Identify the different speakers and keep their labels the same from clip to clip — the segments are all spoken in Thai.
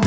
Speaker 1: เ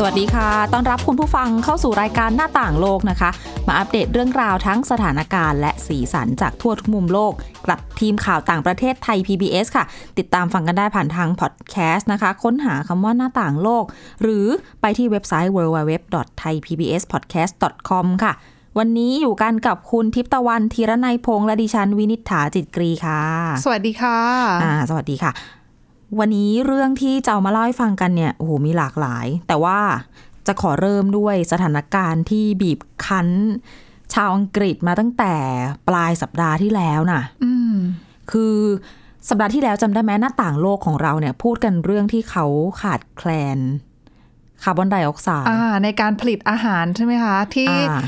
Speaker 2: สวัสดีค่ะ ต้อนรับคุณผู้ฟังเข้าสู่รายการหน้าต่างโลกนะคะ มาอัปเดตเรื่องราวทั้งสถานการณ์และสีสันจากทั่วทุกมุมโลก กลับทีมข่าวต่างประเทศไทย PBS ค่ะ ติดตามฟังกันได้ผ่านทางพอดแคสต์นะคะ ค้นหาคำว่าหน้าต่างโลก หรือไปที่เว็บไซต์ www.thaipbspodcast.com ค่ะ วันนี้อยู่กันกับคุณทิพย์ตะวันธีรนัยพงษ์และดิฉันวินิษฐาจิตกรีค่ะ
Speaker 3: สวัสดีค่ะ
Speaker 2: อ่าสวัสดีค่ะ วันนี้เรื่องที่จะเอามาเล่าให้ฟังกันเนี่ยโอ้โหมีหลากหลาย แต่ว่าจะขอเริ่มด้วยสถานการณ์ที่บีบคั้น ชาวอังกฤษมาตั้งแต่ปลายสัปดาห์ที่แล้วน่ะ
Speaker 3: อืม
Speaker 2: คือสัปดาห์ที่แล้วจำได้ไหมหน้าต่างโลกของเราเนี่ย พูดกันเรื่องที่เขาขาดแคลนคาร์บอนไดออกไซด์
Speaker 3: อ่า ในการผลิตอาหารใช่ไหมคะ ที่
Speaker 2: อ่า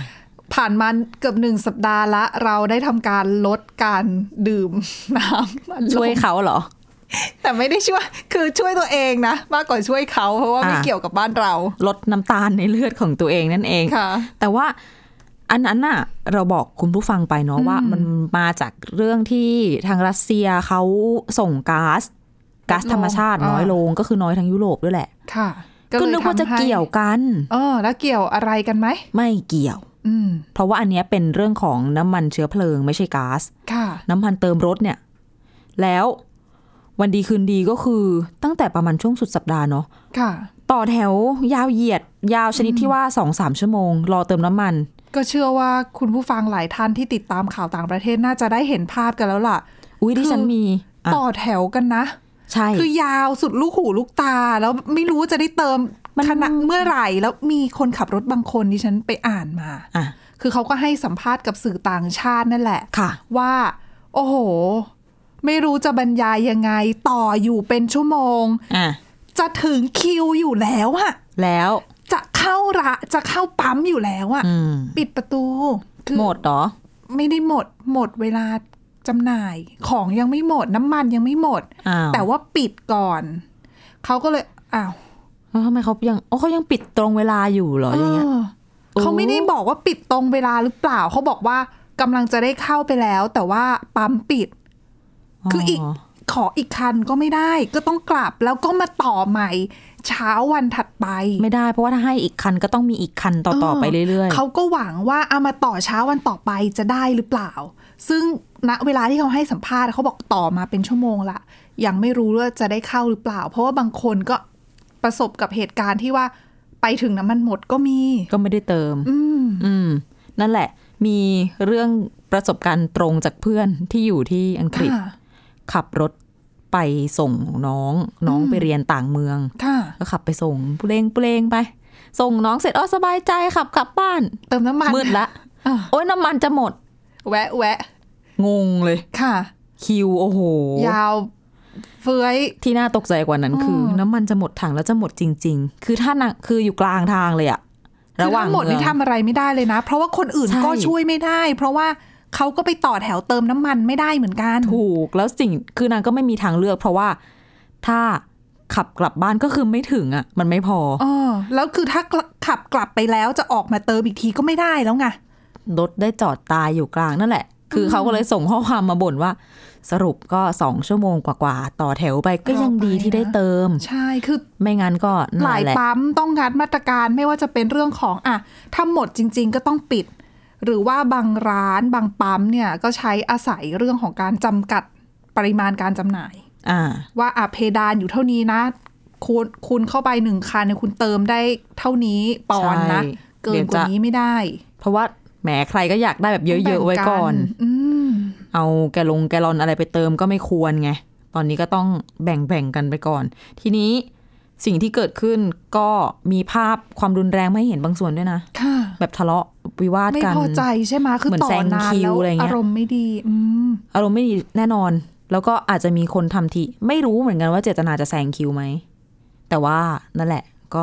Speaker 3: ผ่านมาเกือบหนึ่งสัปดาห์ละ เราได้ทำการลดการดื่ม น้ำอัดลม
Speaker 2: ช่วยเขาเหรอ
Speaker 3: แต่ไม่ได้ช่วย คือช่วยตัวเองนะ มากกว่าช่วยเขา เพราะว่าไม่
Speaker 2: อ่า
Speaker 3: เกี่ยวกับบ้านเรา
Speaker 2: ลดน้ำตาลในเลือดของตัวเองนั่นเอง
Speaker 3: ค่ะ
Speaker 2: แต่ว่าอันนั้นน่ะเราบอกคุณผู้ฟังไปเนาะว่ามันมาจากเรื่องที่ทางรัสเซียเขาส่งก๊าซก๊าซธรรมชาติ
Speaker 3: น้
Speaker 2: น้อ
Speaker 3: อยย
Speaker 2: ล
Speaker 3: ล
Speaker 2: ง
Speaker 3: ง
Speaker 2: ก็คือน้อยทั้งยุโรปด้วยแหละ
Speaker 3: ค่ะ
Speaker 2: ก็นึกว่าจะเกี่ยวกัน
Speaker 3: เออ แล้วเกี่ยวอะไรกันไหม
Speaker 2: ไม่เกี่ยว
Speaker 3: อืม
Speaker 2: เพราะว่าอันเนี้ยเป็นเรื่องของน้ำมันเชื้อเพลิงไม่ใช่ก๊าซ
Speaker 3: ค่ะ
Speaker 2: น้ำมันเติมรถเนี่ย แล้ววันดีคืนดีก็คือตั้งแต่ประมาณช่วงสุดสัปดาห์เนาะ
Speaker 3: ค่ะ
Speaker 2: ต่อแถวยาวเหยียด ยาวชนิดที่ว่าสองสามชั่วโมง รอเติมน้ำมัน
Speaker 3: ก็เชื่อว่าคุณผู้ฟังหลายท่านที่ติดตามข่าวต่างประเทศน่าจะได้เห็นภาพกันแล้วล่ะ
Speaker 2: อุ้ยดิฉันมีอ่ะ
Speaker 3: ต่อแถวกันนะ
Speaker 2: ใช่
Speaker 3: คือยาวสุดลูกหูลูกตา แล้วไม่รู้จะได้เติม
Speaker 2: มัน
Speaker 3: ขณะเมื่อไหร่ แล้วมีคนขับรถบางคนที่ฉันไปอ่านมา
Speaker 2: อ่ะ
Speaker 3: คือเขาก็ให้สัมภาษณ์กับสื่อต่างชาตินั่นแหละ
Speaker 2: ค่ะ
Speaker 3: ว่า โอ้โห ไม่รู้จะบรรยายยังไงต่ออยู่เป็นชั่วโมง
Speaker 2: อ่ะ
Speaker 3: จะถึงคิวอยู่แล้วอะ
Speaker 2: แล้ว
Speaker 3: จะเข้าระจะเข้าปั๊มอยู่แล้วอะ
Speaker 2: อืม
Speaker 3: ปิดประตูคือ
Speaker 2: หมดเหรอ
Speaker 3: ไม่ได้หมด หมดเวลาจำหน่าย ของยังไม่หมด น้ำมันยังไม่หมด
Speaker 2: อ้าว
Speaker 3: แต่ว่าปิดก่อน เขาก็เลยอ้าว
Speaker 2: แล้วทำไมเขายังโอ้เขายังปิดตรงเวลาอยู่เหรออย่างเงี้ย
Speaker 3: เออเขาไม่ได้บอกว่าปิดตรงเวลาหรือเปล่า เขาบอกว่ากำลังจะได้เข้าไปแล้ว แต่ว่าปั๊มปิด คืออีกขออีกคันก็ไม่ได้ ก็ต้องกลับแล้วก็มาต่อใหม่ เช้าวันถัดไป
Speaker 2: ไม่ได้เพราะว่าถ้าให้อีกคันก็ต้องมีอีกคันต่อต่อไปเรื่อย
Speaker 3: เขาก็หวังว่าเอามาต่อเช้าวันต่อไปจะได้หรือเปล่า ซึ่งณเวลาที่เขาให้สัมภาษณ์เขาบอกต่อมาเป็นชั่วโมงละยังไม่รู้ว่าจะได้เข้าหรือเปล่า เพราะว่าบางคนก็ประสบกับเหตุการณ์ที่ว่าไปถึงน้ำมันหมดก็มี
Speaker 2: ๆ ก็ไม่ได้เติม
Speaker 3: อืม
Speaker 2: อืม นั่นแหละ มีเรื่องประสบการณ์ตรงจากเพื่อนที่อยู่ที่อังกฤษ
Speaker 3: ค่ะ
Speaker 2: ขับรถไปส่งน้อง น้องไปเรียนต่างเมือง
Speaker 3: ค่ะ
Speaker 2: ก็ขับไปส่งเปลงเปลงไป ส่งน้องเสร็จอ๋อสบายใจขับกลับบ้าน
Speaker 3: เติมน้ำมัน
Speaker 2: มืด ละ
Speaker 3: อ่ะ
Speaker 2: โอ้ยน้ำมันจะหมด
Speaker 3: แวะแวะ
Speaker 2: งงเลย
Speaker 3: ค่ะ
Speaker 2: คิวโอ้โห
Speaker 3: ยาวเฟ้ย
Speaker 2: ที่น่าตกใจกว่านั้นคืออ
Speaker 3: ม
Speaker 2: น้ำมันจะหมดถังแล้วจะหมดจริง ๆ คือถ้านางคืออยู่กลางทางเลยอะ
Speaker 3: คื
Speaker 2: ระ
Speaker 3: อ
Speaker 2: หว่าง
Speaker 3: ทั้งหมดนี่
Speaker 2: เอง
Speaker 3: ทำอะไรไม่ได้เลยนะ เพราะว่าคนอื่น
Speaker 2: ใช่
Speaker 3: ก็ช่วยไม่ได้ เพราะว่าเขาก็ไปต่อแถวเติมน้ำมันไม่ได้เหมือนกัน
Speaker 2: ถูกแล้วสิ่งคือนางก็ไม่มีทางเลือก เพราะว่าถ้าขับกลับบ้านก็คือไม่ถึงอะมันไม่พอ
Speaker 3: เออแล้วคือถ้ากลับขับกลับไปแล้วจะออกมาเติมอีกทีก็ไม่ได้แล้วไง
Speaker 2: รถได้จอดตายอยู่กลางนั่นแหละ คือเขาก็เลยส่งข้อความมาบ่นว่า สรุปก็สองชั่วโมงกว่าๆต่อแถวไปก็ยังดีที่ได้เติม
Speaker 3: ใช่คือ
Speaker 2: ไม่งั้นก็
Speaker 3: ห
Speaker 2: นั่
Speaker 3: ลานย
Speaker 2: แหละ
Speaker 3: ปั๊มต้องงัดมาตรการไม่ว่าจะเป็นเรื่องของอ่ะถ้าหมดจริง ๆ ก็ต้องปิด หรือว่าบางร้านบางปั๊มเนี่ยก็ใช้อาศัยเรื่องของการจำกัดปริมาณการจำหน่าย
Speaker 2: อ่า
Speaker 3: ว่าอ่ะเพดานอยู่เท่านี้นะ คุณคุณเข้าไปหนึ่งคันเนี่ยคุณเติมได้เท่านี้ปอนด์นะ
Speaker 2: ใช่
Speaker 3: เกิ
Speaker 2: เดี๋
Speaker 3: น
Speaker 2: ยว
Speaker 3: กว่า
Speaker 2: จะ
Speaker 3: นี้ไม่ได้
Speaker 2: เพราะว่าแหมใครก็อยากได้แบบเยอะๆไว้ก่อน
Speaker 3: แบ่งอืม
Speaker 2: เอาแกลงแกลลอนอะไรไปเติมก็ไม่ควรไง ตอนนี้ก็ต้องแบ่งแบ่งกันไปก่อน ทีนี้สิ่งที่เกิดขึ้นก็มีภาพความรุนแรงไม่เห็นบางส่วนด้วยนะ
Speaker 3: ค่ะ
Speaker 2: แบบทะเลาะวิวาท
Speaker 3: ไม่
Speaker 2: กัน
Speaker 3: พอใจใช่ไหมคือ
Speaker 2: เหมือน
Speaker 3: ต่อนาน
Speaker 2: แซงคิว
Speaker 3: แล้ว
Speaker 2: อะไรเงี้ย
Speaker 3: อารมณ์ไม่ดีอืม
Speaker 2: อารมณ์ไม่ดีแน่นอน แล้วก็อาจจะมีคนทำทีไม่รู้เหมือนกันว่าเจตนาจะแซงคิวไหม แต่ว่านั่นแหละก็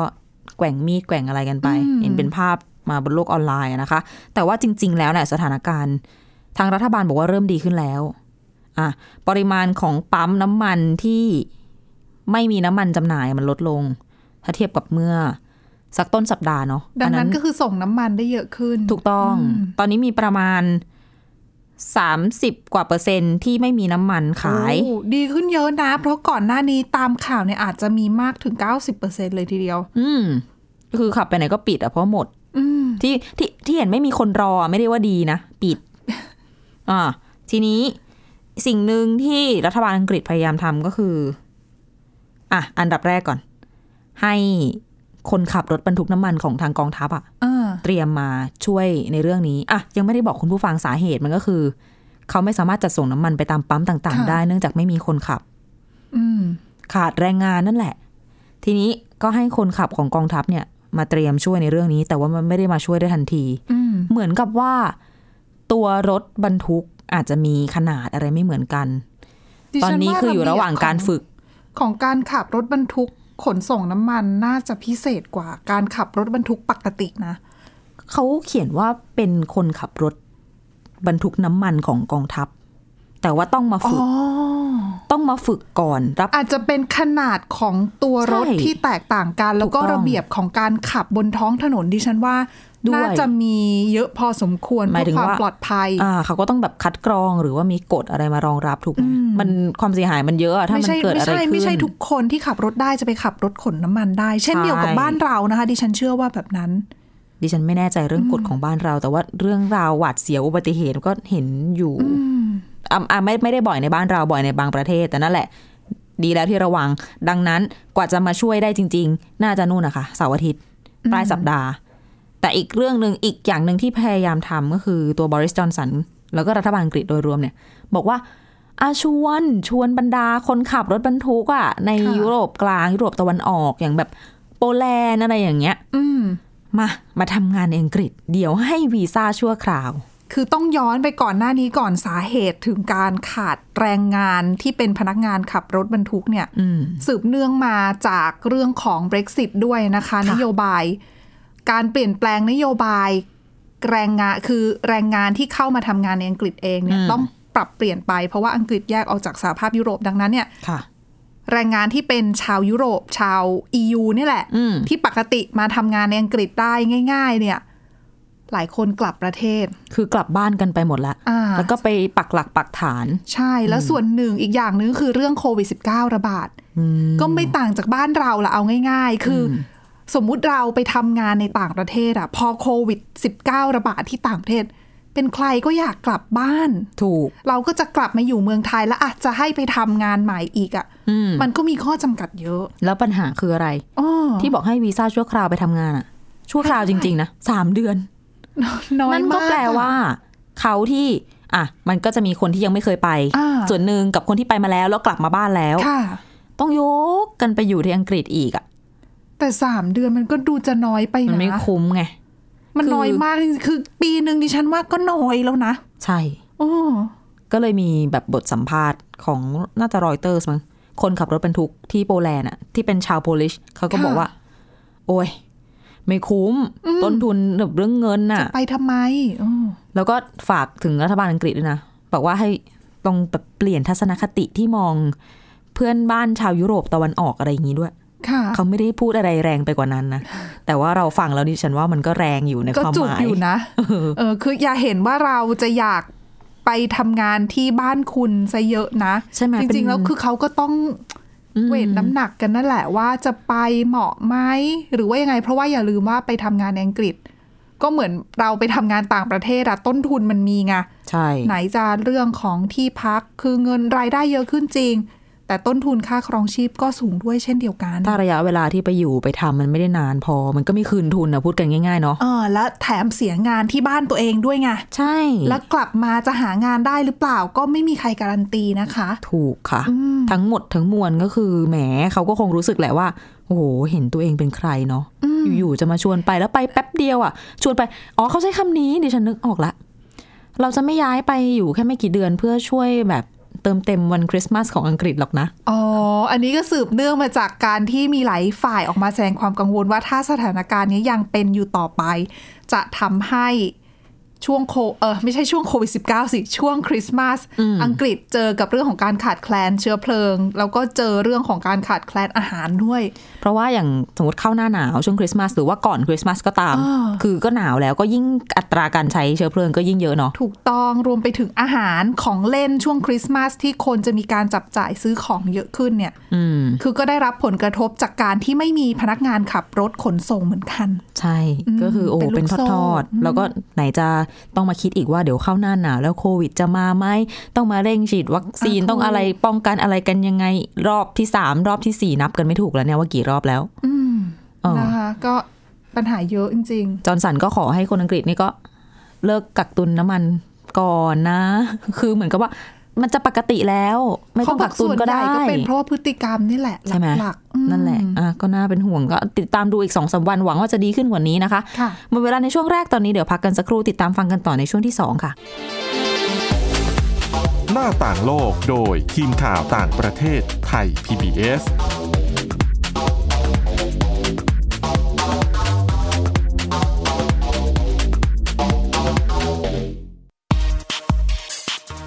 Speaker 2: แกว่งมีดแกว่งอะไรกันไป เห็นเป็นภาพมาบนโลกออนไลน์อะนะคะ แต่ว่าจริง ๆ แล้วเนี่ยสถานการณ์ ทางรัฐบาลบอกว่าเริ่มดีขึ้นแล้ว อ่ะปริมาณของปั๊มน้ำมันที่ไม่มีน้ำมันจำหน่ายมันลดลง ถ้าเทียบกับเมื่อ สักต้นสัปดาห์เนาะ
Speaker 3: ดัง
Speaker 2: อั
Speaker 3: นั้นก็คือส่งน้ำมันได้เยอะขึ้น
Speaker 2: ถูกต้อง
Speaker 3: อืม
Speaker 2: ตอนนี้มีประมาณ 30 กว่าเปอร์เซ็นต์ที่ไม่มีน้ำมันขาย
Speaker 3: โอ้ดีขึ้นเยอะนะ เพราะก่อนหน้านี้ตามข่าวเนี่ยอาจจะมีมากถึง 90%เลยทีเดียว
Speaker 2: อืม คือขับไปไหนก็ปิดอ่ะเพราะหมด
Speaker 3: อืม
Speaker 2: ที่ที่ที่เห็นไม่มีคนรอไม่ได้ว่าดีนะ ปิ ด อ่า ทีนี้สิ่งหนึ่งที่รัฐบาลอังกฤษพยายามทำก็คือ อ่ะ อันดับแรกก่อน ให้คนขับรถบรรทุกน้ำมันของทางกองทัพอะ
Speaker 3: เออ
Speaker 2: เตรียมมาช่วยในเรื่องนี้อ่ะยังไม่ได้บอกคุณผู้ฟังสาเหตุมันก็คือ เขาไม่สามารถจัดส่งน้ำมันไปตามปั๊มต่าง
Speaker 3: ค่ะ
Speaker 2: ๆ ได้เนื่องจากไม่มีคนขับ
Speaker 3: อืม
Speaker 2: ขาดแรงงานนั่นแหละ ทีนี้ก็ให้คนขับของกองทัพเนี่ย มาเตรียมช่วยในเรื่องนี้ แต่ว่ามันไม่ได้มาช่วยได้ทันที
Speaker 3: อืม
Speaker 2: เหมือนกับว่า ตัวรถบรรทุกอาจจะมีขนาดอะไรไม่เหมือนกัน
Speaker 3: ดิ
Speaker 2: ตอน
Speaker 3: ฉั
Speaker 2: นี้
Speaker 3: ว่า
Speaker 2: คืออยู่ระหว่างการ
Speaker 3: ก
Speaker 2: ฝึก
Speaker 3: ของการขับรถบรรทุกขนส่งน้ำมันน่าจะพิเศษกว่าการขับรถบรรทุกปกตินะ
Speaker 2: เขาเขียนว่าเป็นคนขับรถบรรทุกน้ำมันของกองทัพ แต่ว่าต้องมา
Speaker 3: อ๋
Speaker 2: ฝึ
Speaker 3: อ
Speaker 2: ก ต้องมาฝึกก่อนรับ
Speaker 3: อาจจะเป็นขนาดของตัวรถ
Speaker 2: ใช่
Speaker 3: ที่แตกต่างกัน แล้วก็
Speaker 2: ถูกต้อง
Speaker 3: ระเบียบของการขับบนท้องถนนดิฉันว่า
Speaker 2: ด้วย
Speaker 3: น่าจะมีเยอะพอสมควร
Speaker 2: หมาย
Speaker 3: เพื่
Speaker 2: ถึ
Speaker 3: อง ความ
Speaker 2: ว่า
Speaker 3: ปลอดภัย
Speaker 2: อ่าเขาก็ต้องแบบคัดกรองหรือว่ามีกฎอะไรมารองรับถูกไหม
Speaker 3: อืม
Speaker 2: มันความเสียหายมันเยอะอะถ้า
Speaker 3: ไม่
Speaker 2: มัน
Speaker 3: ใช่
Speaker 2: เกิด
Speaker 3: ไม่
Speaker 2: อะไร
Speaker 3: ใช่
Speaker 2: ขึ้น
Speaker 3: ไม่ใช่ทุกคนที่ขับรถได้จะไปขับรถขนน้ำมันได้ เช่น
Speaker 2: ใช่
Speaker 3: เดียวกับบ้านเรานะคะ ดิฉันเชื่อว่าแบบนั้น
Speaker 2: ดิฉันไม่แน่ใจเรื่องกฎของบ้านเรา แต่ว่าเรื่องราวหวาดเสียวอุบัติเหตุก็เห็นอยู่
Speaker 3: อืม
Speaker 2: อ่ะอ่ะไม่ไม่ได้บ่อยในบ้านเราบ่อยในบางประเทศ แต่นั่นแหละ ดีแล้วที่ระวัง ดังนั้นกว่าจะมาช่วยได้จริง ๆ น่าจะนู่นนะคะเสาร์อาทิตย์ปลายสัปดาห์ แต่อีกเรื่องหนึ่งอีกอย่างหนึ่งที่พยายามทำก็คือตัวบริสจอนสันแล้วก็รัฐบาลอังกฤษโดยรวมเนี่ย บอกว่าอาชวนชวนบรรดาคนขับรถบรรทุกอะใน
Speaker 3: ค่ะ
Speaker 2: ยุโรปกลางยุโรปตะวันออกอย่างแบบโปแลนด์อะไรอย่างเงี้ย
Speaker 3: อืม
Speaker 2: มา มาทำงานในอังกฤษ เดี๋ยวให้วีซ่าชั่วคราว
Speaker 3: คือต้องย้อนไปก่อนหน้านี้ก่อนสาเหตุถึงการขาดแรงงานที่เป็นพนักงานขับรถบรรทุกเนี่ย
Speaker 2: อืม
Speaker 3: สืบเนื่องมาจากเรื่องของ Brexit ด้วยนะคะ นโยบาย การเปลี่ยนแปลงนโยบายแรงงานคือแรงงานที่เข้ามาทำงานในอังกฤษเองเนี่ย
Speaker 2: อืม
Speaker 3: ต้องปรับเปลี่ยนไปเพราะว่าอังกฤษแยกออกจากสหภาพยุโรปดังนั้นเนี่ย
Speaker 2: ค่ะ
Speaker 3: แรงงานที่เป็นชาวยุโรป ชาว EU นี่แหละ
Speaker 2: อืม
Speaker 3: ที่ปกติมาทำงานในอังกฤษได้ง่าย ๆ เนี่ย หลายคนกลับประเทศ
Speaker 2: คือกลับบ้านกันไปหมดละ
Speaker 3: อ่า
Speaker 2: แล้วก็ไปปักหลักปักฐาน
Speaker 3: ใช่แล้วส่วนหนึ่งอีกอย่างหนึงคือเรื่องโควิด -19 ระบาด
Speaker 2: อืม
Speaker 3: ก็ไม่ต่างจากบ้านเราละเอาง่าย ๆ คืออสมมุติเราไปทำงานในต่างประเทศอะพอโควิด -19 ระบาดที่ต่างประเทศ เป็นใครก็อยากกลับบ้าน
Speaker 2: ถูก
Speaker 3: เราก็จะกลับมาอยู่เมืองไทยแล้วอาจจะให้ไปทำงานใหม่อีกอะ
Speaker 2: อืม
Speaker 3: มันก็มีข้อจำกัดเยอะ
Speaker 2: แล้วปัญหาคืออะไร
Speaker 3: อ้อ
Speaker 2: ที่บอกให้วีซ่าชั่วคราวไปทำงานอะชั่วคราวจริง ๆ นะสามเดือน
Speaker 3: น้อยมาก
Speaker 2: นั่นก็แปลว่า เขาที่ อ่ะ มันก็จะมีคนที่ยังไม่เคยไป
Speaker 3: อ่า
Speaker 2: ส่วนหนึ่งกับคนที่ไปมาแล้วแล้วกลับมาบ้านแล้ว
Speaker 3: ค่ะ
Speaker 2: ต้องยกกันไปอยู่ที่อังกฤษอีกอะ
Speaker 3: แต่สามเดือนมันก็ดูจะน้อยไป
Speaker 2: มัน
Speaker 3: นะ
Speaker 2: ไม่คุ้มไง
Speaker 3: มันน้อยมากจริงๆคือปีหนึ่งดิฉันว่าก็น้อยแล้วนะ
Speaker 2: ใช่
Speaker 3: โอ้อ
Speaker 2: ก็เลยมีแบบบทสัมภาษณ์ของน่าจะรอยเตอร์สมั้งคนขับรถบรรทุกที่โปแลนด์อะที่เป็นชาวโปลิชเขาก็บอกว่า โอ้ย ไม่คุ้ม ต้นทุนแบบเรื่องเงินน่ะ
Speaker 3: ไปทำไมอ้อ
Speaker 2: แล้วก็ฝากถึงรัฐบาลอังกฤษด้วยนะ บอกว่าให้ต้องแบบเปลี่ยนทัศนคติที่มองเพื่อนบ้านชาวยุโรปตะวันออกอะไรอย่างนี้ด้วย
Speaker 3: ค่ะ
Speaker 2: เขาไม่ได้พูดอะไรแรงไปกว่านั้นนะ แต่ว่าเราฟังแล้วดิฉันว่ามันก็แรงอยู่ใน
Speaker 3: ก็
Speaker 2: ความ
Speaker 3: จุ
Speaker 2: ห
Speaker 3: ก
Speaker 2: มาย
Speaker 3: อยู่นะ เออ คืออย่าเห็นว่าเราจะอยากไปทำงานที่บ้านคุณซะเยอะนะ
Speaker 2: ใช่ไหม
Speaker 3: จ
Speaker 2: เป็
Speaker 3: ริง
Speaker 2: น
Speaker 3: ๆ แล้วคือเขาก็ต้องเวทน้ำหนักกันนั่นแหละว่าจะไปเหมาะไหมหรือว่ายังไง เพราะว่าอย่าลืมว่าไปทำงานในอังกฤษ ก็เหมือนเราไปทำงานต่างประเทศอะต้นทุนมันมีไง
Speaker 2: ใช่
Speaker 3: ไหนจะเรื่องของที่พักคือเงินรายได้เยอะขึ้นจริง แต่ต้นทุนค่าครองชีพก็สูงด้วยเช่นเดียวกัน
Speaker 2: ถ้าระยะเวลาที่ไปอยู่ไปทำมันไม่ได้นานพอ มันก็ไม่คืนทุนนะพูดกันง่ายๆเนาะ
Speaker 3: เออและแถมเสียงานที่บ้านตัวเองด้วยไง
Speaker 2: ใช่
Speaker 3: แล้วกลับมาจะหางานได้หรือเปล่าก็ไม่มีใครการันตีนะคะ
Speaker 2: ถูกค่ะ ทั้งหมดทั้งมวลก็คือแหมเขาก็คงรู้สึกแหละว่าโอ้โหเห็นตัวเองเป็นใครเนาะอยู่ๆจะมาชวนไปแล้วไปแป๊บเดียวอะ่ะ ชวนไป อ๋อเขาใช้คำนี้ดิฉันนึกออกละ เราจะไม่ย้ายไปอยู่แค่ไม่กี่เดือนเพื่อช่วยแบบเติมเต็มวันคริสต์มาสของอังกฤษหรอกนะ
Speaker 3: อ๋อ อันนี้ก็สืบเนื่องมาจากการที่มีหลายฝ่ายออกมาแสดงความกังวลว่าถ้าสถานการณ์นี้ยังเป็นอยู่ต่อไป จะทำให้ ช่วงโคเออไม่ใช่ช่วงโควิด19สิ ช่วงคริสต์มาสอังกฤษเจอกับเรื่องของการขาดแคลนเชื้อเพลิง แล้วก็เจอเรื่องของการขาดแคลนอาหารด้วย
Speaker 2: เพราะว่าอย่างสมมติเข้าหน้าหนาวช่วงคริสต์มาสหรือว่าก่อนคริสต์มาสก็ตาม
Speaker 3: อ่า
Speaker 2: คือก็หนาวแล้วก็ยิ่งอัตราการใช้เชื้อเพลิงก็ยิ่งเยอะเนาะ
Speaker 3: ถูกต้องรวมไปถึงอาหารของเล่นช่วงคริสต์มาสที่คนจะมีการจับจ่ายซื้อของเยอะขึ้นเนี่ย
Speaker 2: อืม
Speaker 3: คือก็ได้รับผลกระทบจากการที่ไม่มีพนักงานขับรถขนส่งเหมือนกัน
Speaker 2: ใช่ก็คือโอ้โห
Speaker 3: เป็
Speaker 2: เป็น น
Speaker 3: ลูก
Speaker 2: ท
Speaker 3: โซ่
Speaker 2: อดๆแล้วก็ไหนจะต้องมาคิดอีกว่าเดี๋ยวเข้าหน้าหนาวแล้วโควิดจะมาไหมต้องมาเร่งฉีดวัคซีน
Speaker 3: อ่ะ
Speaker 2: ต้องอะไร
Speaker 3: ถูก
Speaker 2: ป้องกันอะไรกันยังไงรอบที่สามรอบที่สี่นับกันไม่ถูกแล้วเนี่ยว่ากี่รอบแล้ว
Speaker 3: อืม
Speaker 2: เออ
Speaker 3: นะคะก็ปัญหาเยอะจริง ๆ
Speaker 2: จอร์นสันก็ขอให้คนอังกฤษนี่ก็เลิกกักตุนน้ำมันก่อนนะ คือเหมือนกับว่ามันจะปกติแล้ว ไม่ต้องกักตุนก็ได้
Speaker 3: เขาบอกส่วนใหญ่ก็เป็นเพราะว่าพฤติกรรมนี่แหละ
Speaker 2: ใช่ไหม
Speaker 3: หลักๆอืม
Speaker 2: นั่นแหละอ่ะก็น่าเป็นห่วงก็ติดตามดูอีกสองสามวันหวังว่าจะดีขึ้นกว่านี้นะคะ
Speaker 3: ค่ะ
Speaker 2: หมดเวลาในช่วงแรกตอนนี้เดี๋ยวพักกันสักครู่ติดตามฟังกันต่อในช่วงที่สองค่ะ
Speaker 1: หน้าต่างโลกโดยทีมข่าวต่างประเทศไทย PBS
Speaker 4: เ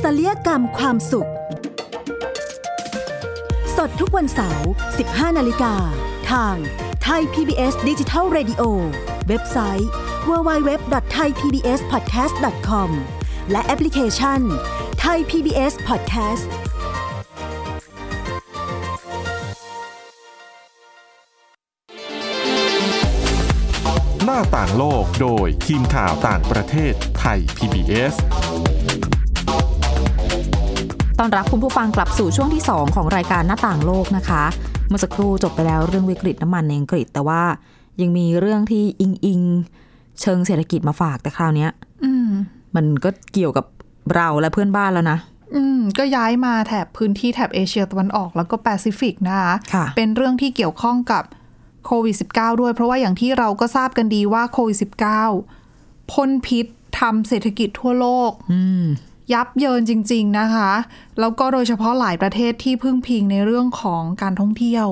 Speaker 5: ศัลยกรรมความสุข สดทุกวันเสาร์ 15 นาฬิกา ทางไทย PBS d i g i ดิจิ Radio เว็บไซต์ www.thaipbspodcast.com และแอปพลิเคชัน Thai PBS Podcast
Speaker 1: หน้าต่างโลกโดยทีมข่าวต่างประเทศไทย PBS
Speaker 2: ต้อนรับคุณผู้ฟังกลับสู่ช่วงที่ 2 ของรายการหน้าต่างโลกนะคะ เมื่อสักครู่จบไปแล้วเรื่องวิกฤตน้ำมันในอังกฤษ แต่ว่ายังมีเรื่องที่อิงอิงๆเชิงเศรษฐกิจมาฝากแต่คราวเนี้ย
Speaker 3: อืม
Speaker 2: มันก็เกี่ยวกับเราและเพื่อนบ้านแล้วนะ
Speaker 3: อืม ก็ย้ายมาแถบพื้นที่แถบเอเชียตะวันออกแล้วก็แปซิฟิกนะคะ
Speaker 2: ค่ะ
Speaker 3: เป็นเรื่องที่เกี่ยวข้องกับโควิด -19 ด้วย เพราะว่าอย่างที่เราก็ทราบกันดีว่าโควิด -19 พ่นพิษทำเศรษฐกิจทั่วโลก
Speaker 2: อืม
Speaker 3: ยับเยินจริง ๆ นะคะ แล้วก็โดยเฉพาะหลายประเทศที่พึ่งพิงในเรื่องของการท่องเที่ยว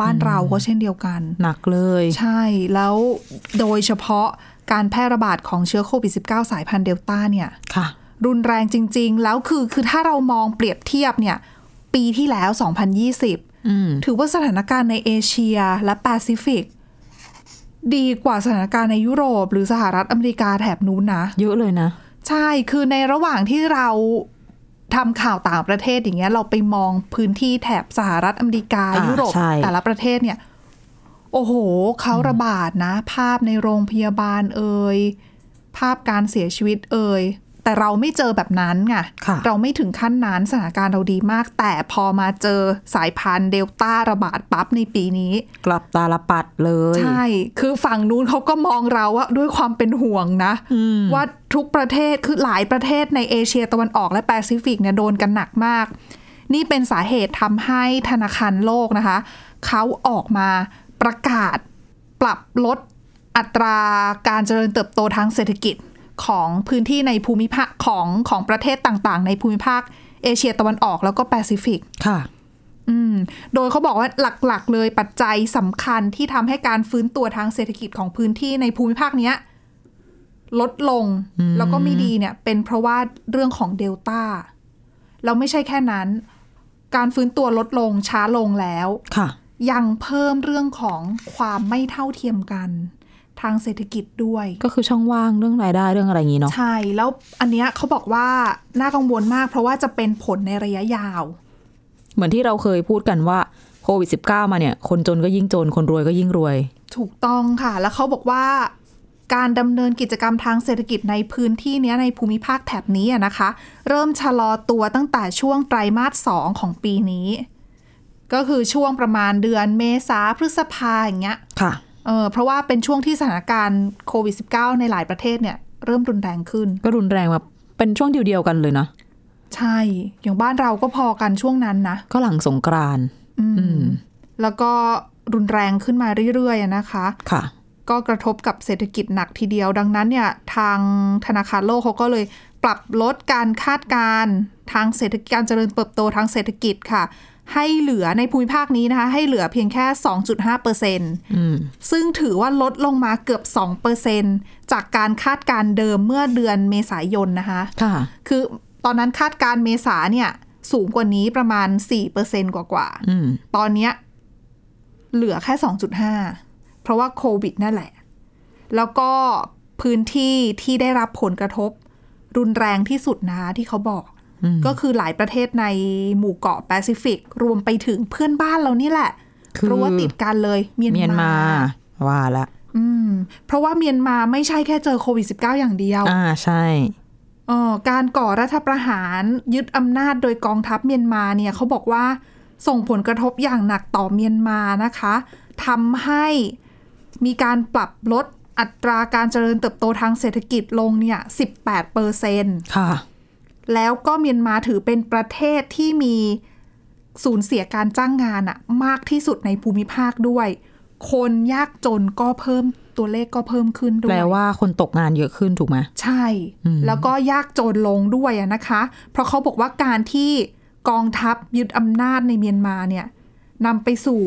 Speaker 3: บ้านเราก็เช่นเดียวกัน
Speaker 2: หนักเลย
Speaker 3: ใช่แล้วโดยเฉพาะการแพร่ระบาดของเชื้อโควิด -19 สายพันธุ์เดลต้าเนี่ย
Speaker 2: ค่ะ
Speaker 3: รุนแรงจริง ๆ แล้วคือคือถ้าเรามองเปรียบเทียบเนี่ย ปีที่แล้ว 2020
Speaker 2: อืม
Speaker 3: ถือว่าสถานการณ์ในเอเชียและแปซิฟิก ดีกว่าสถานการณ์ในยุโรป หรือสหรัฐอเมริกาแถบนู้นนะ
Speaker 2: เยอะเลยนะ
Speaker 3: ใช่คือในระหว่างที่เราทำข่าวต่างประเทศอย่างเงี้ย เราไปมองพื้นที่แถบสหรัฐอเมริกา
Speaker 2: อ่ายุ
Speaker 3: ยุโรป
Speaker 2: ใช่
Speaker 3: แต่ละประเทศเนี่ย โอ้โหเขาระบาดนะ ภาพในโรงพยาบาลเอ่ยภาพการเสียชีวิตเอ่ยแต่เราไม่เจอแบบนั้นไง
Speaker 2: ค่ะ
Speaker 3: เราไม่ถึงขั้นนั้นสถานการณ์เราดีมาก แต่พอมาเจอสายพันธุ์เดลต้าระบาดปั๊บในปีนี้
Speaker 2: กลับตาลปัดเลย
Speaker 3: ใช่ คือฝั่งนู้นเขาก็มองเราว่าด้วยความเป็นห่วงนะ ว่าทุกประเทศคือหลายประเทศในเอเชียตะวันออกและแปซิฟิกเนี่ยโดนกันหนักมาก นี่เป็นสาเหตุทำให้ธนาคารโลกนะคะ เขาออกมาประกาศปรับลดอัตราการเจริญเติบโตทางเศรษฐกิจของพื้นที่ในภูมิภาคของของประเทศต่างๆ ในภูมิภาคเอเชียตะวันออกแล้วก็แปซิฟิก
Speaker 2: ค่ะ
Speaker 3: อืมโดยเขาบอกว่าหลักๆ เลยปัจจัยสำคัญที่ทำให้การฟื้นตัวทางเศรษฐกิจของพื้นที่ในภูมิภาคเนี้ย ลดลงแล้วก็ไม่ดีเนี่ย เป็นเพราะว่าเรื่องของเดลต้าแล้วไม่ใช่แค่นั้น การฟื้นตัวลดลงช้าลงแล้ว
Speaker 2: ค่ะ
Speaker 3: ยังเพิ่มเรื่องของความไม่เท่าเทียมกัน ทางเศรษฐกิจด้วย
Speaker 2: ก็คือช่องว่างเรื่องรายได้เรื่องอะไรอย่างนี้เนาะ
Speaker 3: ใช่แล้วอันเนี้ยเขาบอกว่าน่ากังวลมาก เพราะว่าจะเป็นผลในระยะยาว
Speaker 2: เหมือนที่เราเคยพูดกันว่าโควิด -19 มาเนี่ยคนจนก็ยิ่งจนคนรวยก็ยิ่งรวย
Speaker 3: ถูกต้องค่ะ แล้วเขาบอกว่าการดำเนินกิจกรรมทางเศรษฐกิจในพื้นที่เนี้ยในภูมิภาคแถบนี้อะนะคะ เริ่มชะลอตัวตั้งแต่ช่วงไตรมาส 2 ของปีนี้ ก็คือช่วงประมาณเดือนเมษาพฤษภาอย่างเงี้ย
Speaker 2: ค่ะ
Speaker 3: เออเพราะว่าเป็นช่วงที่สถานการณ์โควิด -19 ในหลายประเทศเนี่ย เริ่มรุนแรงขึ้น
Speaker 2: ก็รุนแรงมาเป็นช่วงเดียวๆกันเลยนะ
Speaker 3: ใช่ อย่างบ้านเราก็พอกันช่วงนั้นนะ
Speaker 2: ก็หลังสงกรานต์
Speaker 3: อืม แล้วก็รุนแรงขึ้นมาเรื่อยๆอะนะคะ
Speaker 2: ค่ะ
Speaker 3: ก็กระทบกับเศรษฐกิจหนักทีเดียว ดังนั้นเนี่ยทางธนาคารโลกเขาก็เลยปรับลดการคาดการณ์ทางเศรษฐกิจการเจริญเติบโตทางเศรษฐกิจค่ะ ให้เหลือในภูมิภาคนี้นะคะ ให้เหลือเพียงแค่ 2.5เปอร์เซ็นต์
Speaker 2: อืม
Speaker 3: ซึ่งถือว่าลดลงมาเกือบ 2%จากการคาดการณ์เดิมเมื่อเดือนเมษายนนะคะ
Speaker 2: ค่ะ
Speaker 3: คือตอนนั้นคาดการณ์เมษาเนี่ย สูงกว่านี้ประมาณ 4%กว่ากว่าๆ
Speaker 2: อืม
Speaker 3: ตอนเนี้ยเหลือแค่ 2.5 เพราะว่าโควิดนั่นแหละ แล้วก็พื้นที่ที่ได้รับผลกระทบ รุนแรงที่สุดนะคะที่เขาบอก ก็คือหลายประเทศในหมู่เกาะแปซิฟิก รวมไปถึงเพื่อนบ้านเรานี่แหละ
Speaker 2: คือ
Speaker 3: รั้วติดกันเลย
Speaker 2: เมียนมาว่าละ
Speaker 3: อืมเพราะว่าเมียนมาไม่ใช่แค่เจอโควิด -19 อย่างเดียว
Speaker 2: อ่าใช่
Speaker 3: เออการก่อรัฐประหารยึดอำนาจโดยกองทัพเมียนมาเนี่ยเขาบอกว่าส่งผลกระทบอย่างหนักต่อเมียนมานะคะทำให้มีการปรับลดอัตราการเจริญเติบโตทางเศรษฐกิจลงเนี่ย 18เปอร์เซ็นต์
Speaker 2: ค่ะ
Speaker 3: แล้วก็เมียนมาถือเป็นประเทศที่มีสูญเสียการจ้างงานอะมากที่สุดในภูมิภาคด้วย คนยากจนก็เพิ่มตัวเลขก็เพิ่มขึ้นด้ว
Speaker 2: แปล
Speaker 3: ย
Speaker 2: ว่าคนตกงานเยอะขึ้นถูกไหม
Speaker 3: ใช่ แล้วก็ยากจนลงด้วยอะนะคะ เพราะเขาบอกว่าการที่กองทัพยึดอำนาจในเมียนมาเนี่ยนำไปสู่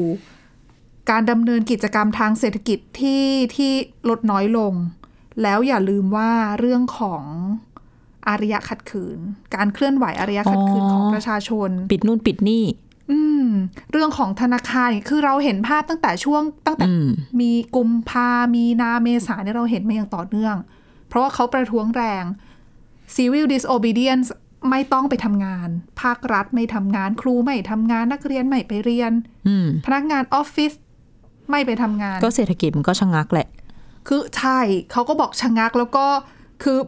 Speaker 3: การดำเนินกิจกรรมทางเศรษฐกิจที่ที่ลดน้อยลง แล้วอย่าลืมว่าเรื่องของอารยะขัดขืน การเคลื่อนไหวอารยะขัดขืน
Speaker 2: อ๋อ
Speaker 3: ของประชาชน
Speaker 2: ปิดนู่นปิดนี่
Speaker 3: อืม เรื่องของธนาคารคือเราเห็นภาพตั้งแต่ช่วงตั้งแต่
Speaker 2: อืม
Speaker 3: มีกุมภามีนาเมษาเนี่ยเราเห็นมาอย่างต่อเนื่อง เพราะว่าเขาประท้วงแรง civil disobedience ไม่ต้องไปทำงาน ภาครัฐไม่ทำงาน ครูไม่ทำงานนักเรียนไม่ไปเรียน
Speaker 2: อืม
Speaker 3: พนักงานออฟฟิศไม่ไปทำงาน
Speaker 2: ก็เศรษฐกิจมันก็ชะงักแหละ
Speaker 3: คือใช่เขาก็บอกชะงักแล้วก็คือ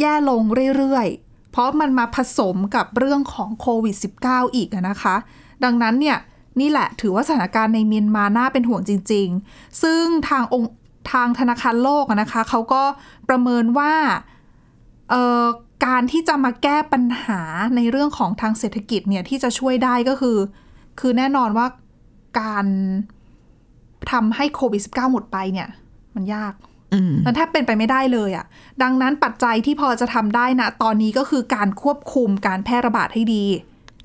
Speaker 3: แย่ลงเรื่อยๆ เพราะมันมาผสมกับเรื่องของโควิด -19 อีกอะนะคะ ดังนั้นเนี่ย นี่แหละถือว่าสถานการณ์ในเมียนมาน่าเป็นห่วงจริง ๆ ซึ่งทางองค์ทางธนาคารโลกอะนะคะเขาก็ประเมินว่าเอ่อการที่จะมาแก้ปัญหาในเรื่องของทางเศรษฐกิจเนี่ยที่จะช่วยได้ก็คือ คือแน่นอนว่าการทำให้โควิด -19 หมดไปเนี่ย มันยาก
Speaker 2: อืม
Speaker 3: มันแทบเป็นไปไม่ได้เลยอะ่ะ ดังนั้นปัจจัยที่พอจะทำได้นะ ตอนนี้ก็คือการควบคุมการแพร่ระบาดให้ดี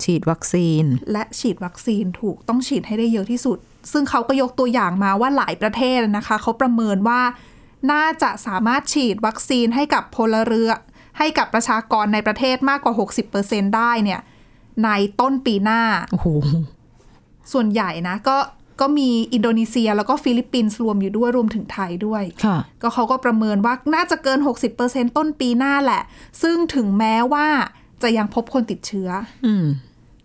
Speaker 2: ฉีดวัคซีน
Speaker 3: และฉีดวัคซีนถูกต้องฉีดให้ได้เยอะที่สุด ซึ่งเขาก็ยกตัวอย่างมาว่าหลายประเทศนะคะ เขาประเมินว่าน่าจะสามารถฉีดวัคซีนให้กับพลเรือ ให้กับประชากรในประเทศมากกว่า 60%ได้เนี่ยในต้นปีหน้า
Speaker 2: โอ้โห
Speaker 3: ส่วนใหญ่นะก็ก็มีอินโดนีเซียแล้วก็ฟิลิปปินส์รวมอยู่ด้วยรวมถึงไทยด้วย
Speaker 2: ค่ะ
Speaker 3: ก็เขาก็ประเมินว่าน่าจะเกิน 60%ต้นปีหน้าแหละ ซึ่งถึงแม้ว่าจะยังพบคนติดเชื้อ
Speaker 2: อืม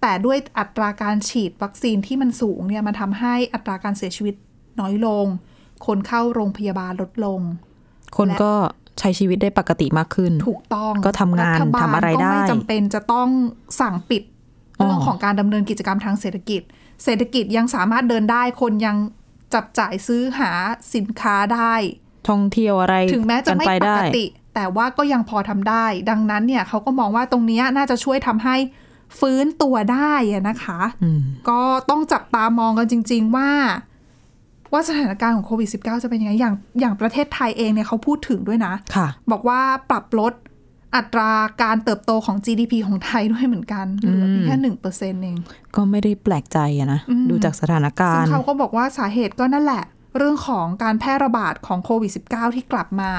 Speaker 3: แต่ด้วยอัตราการฉีดวัคซีนที่มันสูงเนี่ยมันทำให้อัตราการเสียชีวิตน้อยลง คนเข้าโรงพยาบาลลดลง
Speaker 2: คนก็ใช้ชีวิตได้ปกติมากขึ้น
Speaker 3: ถูกต้อง
Speaker 2: ก็ทำงาน
Speaker 3: รัฐบาล
Speaker 2: ทำอะไรได้
Speaker 3: ก็ไม่จำเป็นจะต้องสั่งปิด
Speaker 2: อ๋อ
Speaker 3: เรื่องของการดำเนินกิจกรรมทางเศรษฐกิจ เศรษฐกิจยังสามารถเดินได้ คนยังจับจ่ายซื้อหาสินค้าได้
Speaker 2: ท่องเที่ยวอะไร
Speaker 3: ถึงแม้จะไม่
Speaker 2: นป
Speaker 3: ป
Speaker 2: ด้
Speaker 3: กติ แต่ว่าก็ยังพอทำได้ ดังนั้นเนี่ยเขาก็มองว่าตรงเนี้ยน่าจะช่วยทำให้ฟื้นตัวได้อะนะคะ
Speaker 2: อืม
Speaker 3: ก็ต้องจับตามองกันจริง ๆ ว่า ว่าสถานการณ์ของโควิด -19 จะเป็นยังไงอย่างอย่างประเทศไทยเองเนี่ยเขาพูดถึงด้วยนะ
Speaker 2: ค่ะ
Speaker 3: บอกว่าปรับลดอัตราการเติบโตของ GDP ของไทยด้วยเหมือนกันเหลือเพียงแค่หนึ่งเปอร์เซ็นต์เอง
Speaker 2: ก็ไม่ได้แปลกใจอะนะ
Speaker 3: อืม
Speaker 2: ดูจากสถานกา
Speaker 3: ซึ่ง
Speaker 2: รณ์
Speaker 3: เขาก็บอกว่าสาเหตุก็นั่นแหละ เรื่องของการแพร่ระบาดของโควิด -19 ที่กลับมา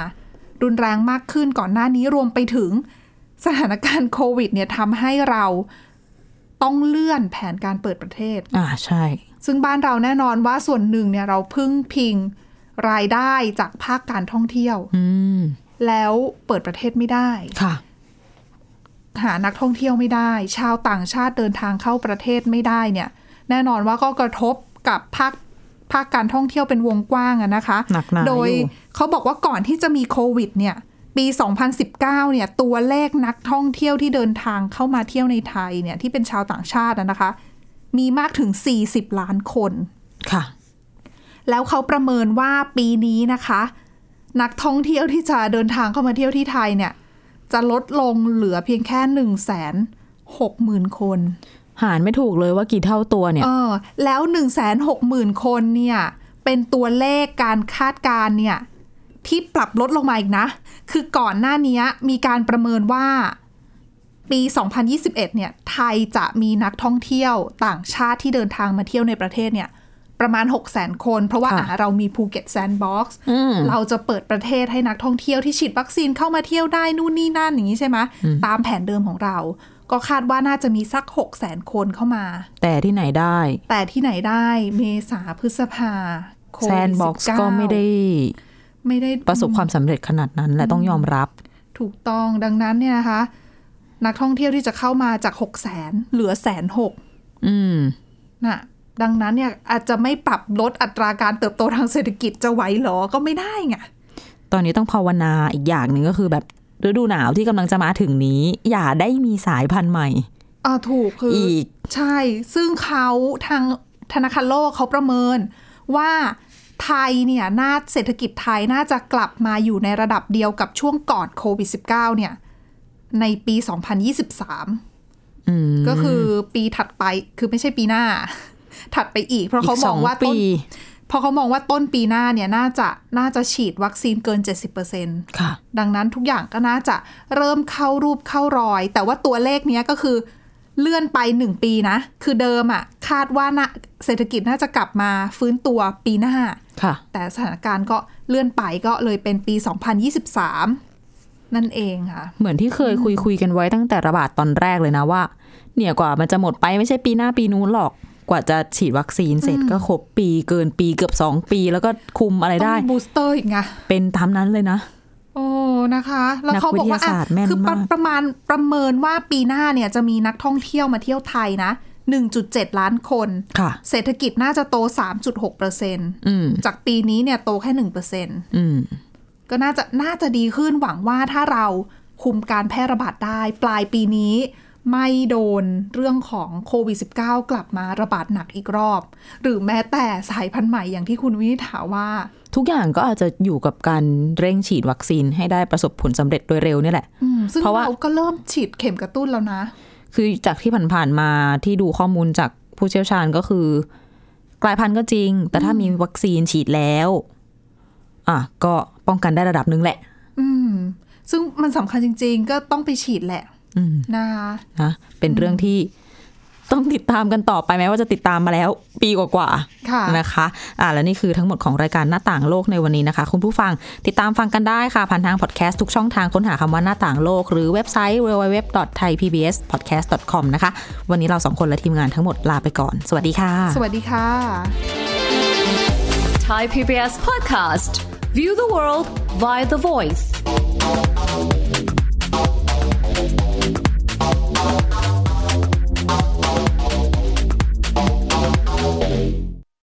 Speaker 3: รุนแรงมากขึ้นก่อนหน้านี้รวมไปถึงสถานการณ์โควิดเนี่ยทำให้เราต้องเลื่อนแผนการเปิดประเทศ
Speaker 2: อ่า ใช่
Speaker 3: ซึ่งบ้านเราแน่นอนว่าส่วนหนึ่งเนี่ยเราพึ่งพิง รายได้จากภาคการท่องเที่ยว
Speaker 2: อืม
Speaker 3: แล้วเปิดประเทศไม่ได้
Speaker 2: ค่ะ
Speaker 3: หานักท่องเที่ยวไม่ได้ ชาวต่างชาติเดินทางเข้าประเทศไม่ได้เนี่ย แน่นอนว่าก็กระทบกับภาคภาคการท่องเที่ยวเป็นวงกว้างอะนะคะ
Speaker 2: หนักหนา
Speaker 3: โดย
Speaker 2: อยู่
Speaker 3: เขาบอกว่าก่อนที่จะมีโควิดเนี่ยปี 2019เนี่ยตัวเลขนักท่องเที่ยวที่เดินทางเข้ามาเที่ยวในไทยเนี่ยที่เป็นชาวต่างชาติอะนะคะ มีมากถึง 40 ล้านคน
Speaker 2: ค่ะ
Speaker 3: แล้วเขาประเมินว่าปีนี้นะคะ นักท่องเที่ยวที่จะเดินทางเข้ามาเที่ยวที่ไทยเนี่ย จะลดลงเหลือเพียงแค่1นึ่งแสนหกหมื่นคน
Speaker 2: หารไม่ถูกเลยว่ากี่เท่าตัวเนี่ย
Speaker 3: เออแล้ว1นึ่งแสนหกหมื่นคนเนี่ย เป็นตัวเลขการคาดการณ์เนี่ย ที่ปรับลดลงมาอีกนะ คือก่อนหน้านี้มีการประเมินว่าปี 2021 เนี่ย ไทยจะมีนักท่องเที่ยวต่างชาติที่เดินทางมาเที่ยวในประเทศเนี่ย ประมาณ 6 0 0 0 0 0 คน เพราะว่า
Speaker 2: ค่ะ
Speaker 3: อ่ะเรามีภูเก็ตแซนด์บ็อกซ์
Speaker 2: อืม
Speaker 3: เราจะเปิดประเทศให้นักท่องเที่ยวที่ฉีดวัคซีนเข้ามาเที่ยวได้นู่นนี่นั่นอย่างนี้ใช่ไหมตามแผนเดิมของเรา ก็คาดว่าน่าจะมีสัก 6 0แสนคนเข้ามา
Speaker 2: แต่ที่ไหนได้
Speaker 3: แต่ที่ไหนได้เมษาพฤษภาโควิ
Speaker 2: แซ
Speaker 3: ด
Speaker 2: นบ็อกซ์
Speaker 3: 19
Speaker 2: ก็ไม่ได้
Speaker 3: ไม่ได้
Speaker 2: ประสบความสำเร็จขนาดนั้น และต้องยอมรับ
Speaker 3: ถูกต้องดังนั้นเนี่ยนะคะ นักท่องเที่ยวที่จะเข้ามาจาก6 0แสนเหลือแสนหก
Speaker 2: อืม
Speaker 3: น่ะดังนั้นเนี่ยอาจจะไม่ปรับลดอัตราการเติบโตทางเศรษฐกิจจะไหวเหรอก็ไม่ได้ไง
Speaker 2: ตอนนี้ต้องภาวนาอีกอย่างหนึ่งก็คือแบบฤดูหนาวที่กำลังจะมาถึงนี้ อย่าได้มีสายพันธุ์ใหม่
Speaker 3: อ่าถูกคืออี
Speaker 2: ก
Speaker 3: ใช่ ซึ่งเขาทางธนาคารโลกเขาประเมินว่าไทยเนี่ยน่าเศรษฐกิจไทยน่าจะกลับมาอยู่ในระดับเดียวกับช่วงก่อนโควิด -19 เนี่ย ในปี 2023
Speaker 2: อืม
Speaker 3: ก็คือปีถัดไปคือไม่ใช่ปีหน้า ถัดไปอีก เพราะเขามองว่าต้
Speaker 2: ปี
Speaker 3: นเพราะเขามองว่าต้นปีหน้าเนี่ยน่าจะน่าจะฉีดวัคซีนเกิน 70%
Speaker 2: ค่ะ
Speaker 3: ดังนั้นทุกอย่างก็น่าจะเริ่มเข้ารูปเข้ารอย แต่ว่าตัวเลขเนี้ยก็คือเลื่อนไป 1 ปีนะ คือเดิมอะ่ะคาดว่านะเศรษฐกิจน่าจะกลับมาฟื้นตัวปีหน้า
Speaker 2: ค่ะ
Speaker 3: แต่สถานการณ์ก็เลื่อนไปก็เลยเป็นปี 2023 นั่นเองค่ะ
Speaker 2: เหมือนที่เคยคุยคุยกันไว้ตั้งแต่ระบาดตอนแรกเลยนะว่า เนี่ยกว่ามันจะหมดไปไม่ใช่ปีหน้าปีนู้นหรอกกว่าจะฉีดวัคซีนเสร็จก็ครบปีเกินปีเกือบสองปี แล้วก็คุมอะไร
Speaker 3: ต้
Speaker 2: ได้
Speaker 3: องบูสเตอร์อีกไง
Speaker 2: เป็นตามนั้นเลยนะ
Speaker 3: โอ้ นะคะ แล้วเขาบอกว่า
Speaker 2: นักวิทยาศาสต
Speaker 3: อ่ะ
Speaker 2: ร์แม่น
Speaker 3: คือ
Speaker 2: มาก
Speaker 3: ประประมาณประเมินว่าปีหน้าเนี่ยจะมีนักท่องเที่ยวมาเที่ยวไทยนะ 1.7 ล้านคน
Speaker 2: ค่ะ
Speaker 3: เศรษฐกิจน่าจะโต 3.6เปอร์เซ็นต์
Speaker 2: อืม
Speaker 3: จากปีนี้เนี่ยโตแค่หนึ่งเปอร์เซ็น
Speaker 2: อืม
Speaker 3: ก็น่าจะน่าจะดีขึ้นหวังว่าถ้าเราคุมการแพร่ระบาดได้ ปลายปีนี้ ไม่โดนเรื่องของโควิด -19 กลับมาระบาดหนักอีกรอบ หรือแม้แต่สายพันธุ์ใหม่อย่างที่คุณวินิษฐาว่า
Speaker 2: ทุกอย่างก็อาจจะอยู่กับการเร่งฉีดวัคซีนให้ได้ประสบผลสำเร็จโดยเร็วเนี่ยแหละ
Speaker 3: อืมซึ่ง
Speaker 2: เพราะว่า
Speaker 3: เราก็เริ่มฉีดเข็มกระตุ้นแล้วนะ
Speaker 2: คือจากที่ผ่านๆมาที่ดูข้อมูลจากผู้เชี่ยวชาญก็คือ กลายพันธุ์ก็จริง แต่ถ้ามีวัคซีนฉีดแล้ว อ่ะก็ป้องกันได้ระดับหนึงแหละ
Speaker 3: อืม ซึ่งมันสำคัญจริง ๆ ก็ต้องไปฉีดแหละ
Speaker 2: อืม
Speaker 3: นะคะ
Speaker 2: นะเป็นเรื่องที่ต้องติดตามกันต่อไปแม้ว่าจะติดตามมาแล้วปีกว่า
Speaker 3: ค่ะ
Speaker 2: ๆนะคะอ่าและนี่คือทั้งหมดของรายการหน้าต่างโลกในวันนี้นะคะ คุณผู้ฟังติดตามฟังกันได้ค่ะ ผ่านทางพอดแคสต์ทุกช่องทางค้นหาคำว่าหน้าต่างโลก หรือเว็บไซต์ www.thaipbspodcast.com นะคะ วันนี้เราสองคนและทีมงานทั้งหมดลาไปก่อน สวัสดีค่ะ
Speaker 3: สวัสดีค่ะ
Speaker 6: Thai PBS podcast. View the world via the voice.